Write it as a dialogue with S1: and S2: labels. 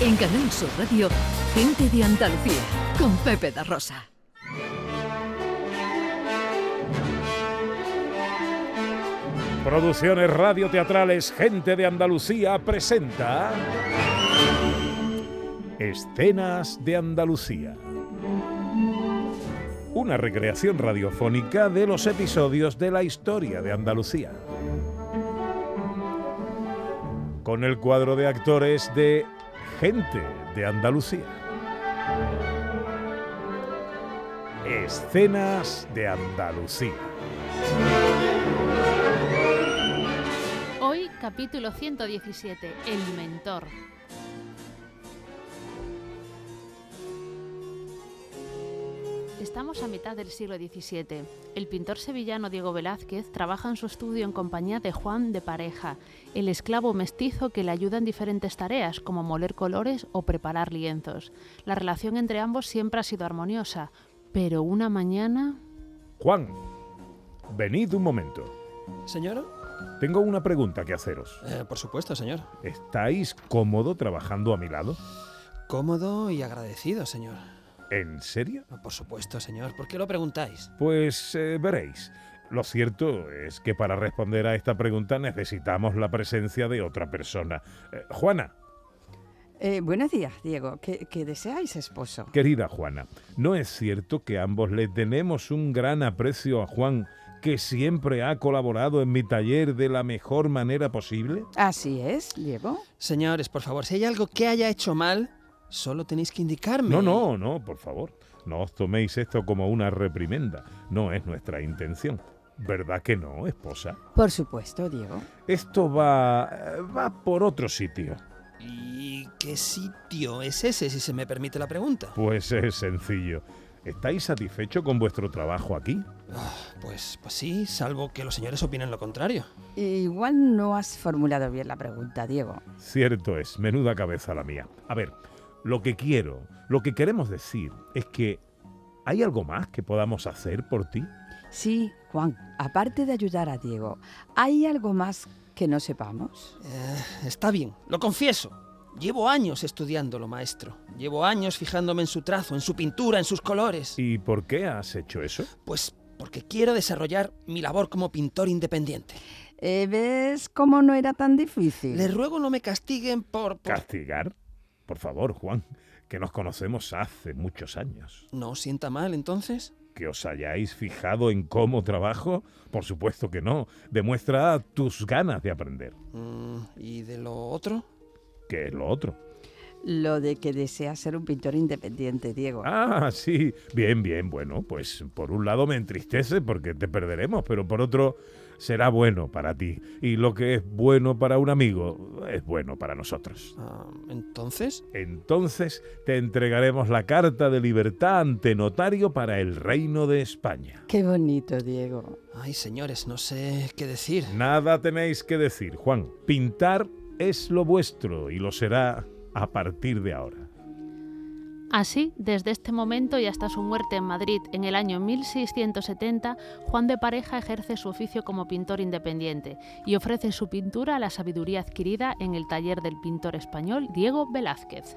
S1: En Canal Sur Radio, gente de Andalucía, con Pepe da Rosa.
S2: Producciones Radio Teatrales Gente de Andalucía presenta Escenas de Andalucía. Una recreación radiofónica de los episodios de la historia de Andalucía. Con el cuadro de actores de Gente de Andalucía. Escenas de Andalucía.
S3: Hoy, capítulo 117, El Mentor. Estamos a mitad del siglo XVII. El pintor sevillano Diego Velázquez trabaja en su estudio en compañía de Juan de Pareja, el esclavo mestizo que le ayuda en diferentes tareas como moler colores o preparar lienzos. La relación entre ambos siempre ha sido armoniosa, pero una mañana...
S2: Juan, venid un momento.
S4: Señora,
S2: tengo una pregunta que haceros.
S4: Eh, por supuesto, señor.
S2: ¿Estáis cómodo trabajando a mi lado?
S4: Cómodo y agradecido, señor.
S2: ¿En serio?
S4: Por supuesto, señor. ¿Por qué lo preguntáis?
S2: Pues eh, veréis. Lo cierto es que para responder a esta pregunta necesitamos la presencia de otra persona. Eh, Juana.
S5: Eh, buenos días, Diego. ¿Qué, ¿Qué deseáis, esposo?
S2: Querida Juana, ¿no es cierto que ambos le tenemos un gran aprecio a Juan? que siempre ha colaborado en mi taller de la mejor manera posible?
S5: Así es, Diego.
S4: Señores, por favor, si hay algo que haya hecho mal, solo tenéis que indicarme.
S2: No, no, no, por favor. No os toméis esto como una reprimenda. No es nuestra intención. ¿Verdad que no, esposa?
S5: Por supuesto, Diego.
S2: Esto va. eh, va por otro sitio.
S4: ¿Y qué sitio es ese, si se me permite la pregunta?
S2: Pues es sencillo. ¿Estáis satisfecho con vuestro trabajo aquí?
S4: Pues, pues, sí, salvo que los señores opinen lo contrario.
S5: Igual no has formulado bien la pregunta, Diego.
S2: Cierto es, menuda cabeza la mía. A ver, lo que quiero, lo que queremos decir es que ¿hay algo más que podamos hacer por ti?
S5: Sí, Juan, aparte de ayudar a Diego, ¿hay algo más que no sepamos?
S4: Eh, está bien, lo confieso. Llevo años estudiándolo, maestro. Llevo años fijándome en su trazo, en su pintura, en sus colores.
S2: ¿Y por qué has hecho eso?
S4: Pues porque quiero desarrollar mi labor como pintor independiente.
S5: Eh, ¿Ves cómo no era tan difícil?
S4: Les ruego no me castiguen por, por...
S2: ¿Castigar? Por favor, Juan, que nos conocemos hace muchos años.
S4: ¿No os sienta mal entonces?
S2: ¿Que os hayáis fijado en cómo trabajo? Por supuesto que no. Demuestra tus ganas de aprender.
S4: Mm, ¿Y de lo otro?
S2: ¿Qué es lo otro?
S5: Lo de que deseas ser un pintor independiente, Diego.
S2: Ah, sí. Bien, bien. Bueno, pues por un lado me entristece porque te perderemos, pero por otro será bueno para ti. Y lo que es bueno para un amigo es bueno para nosotros.
S4: Ah, ¿Entonces?
S2: Entonces te entregaremos la carta de libertad ante notario para el reino de España.
S5: Qué bonito, Diego.
S4: Ay, señores, no sé qué decir.
S2: Nada tenéis que decir, Juan. Pintar es lo vuestro y lo será a partir de ahora.
S3: Así, desde este momento y hasta su muerte en Madrid en el año 1670, Juan de Pareja ejerce su oficio como pintor independiente y ofrece su pintura a la sabiduría adquirida en el taller del pintor español Diego Velázquez.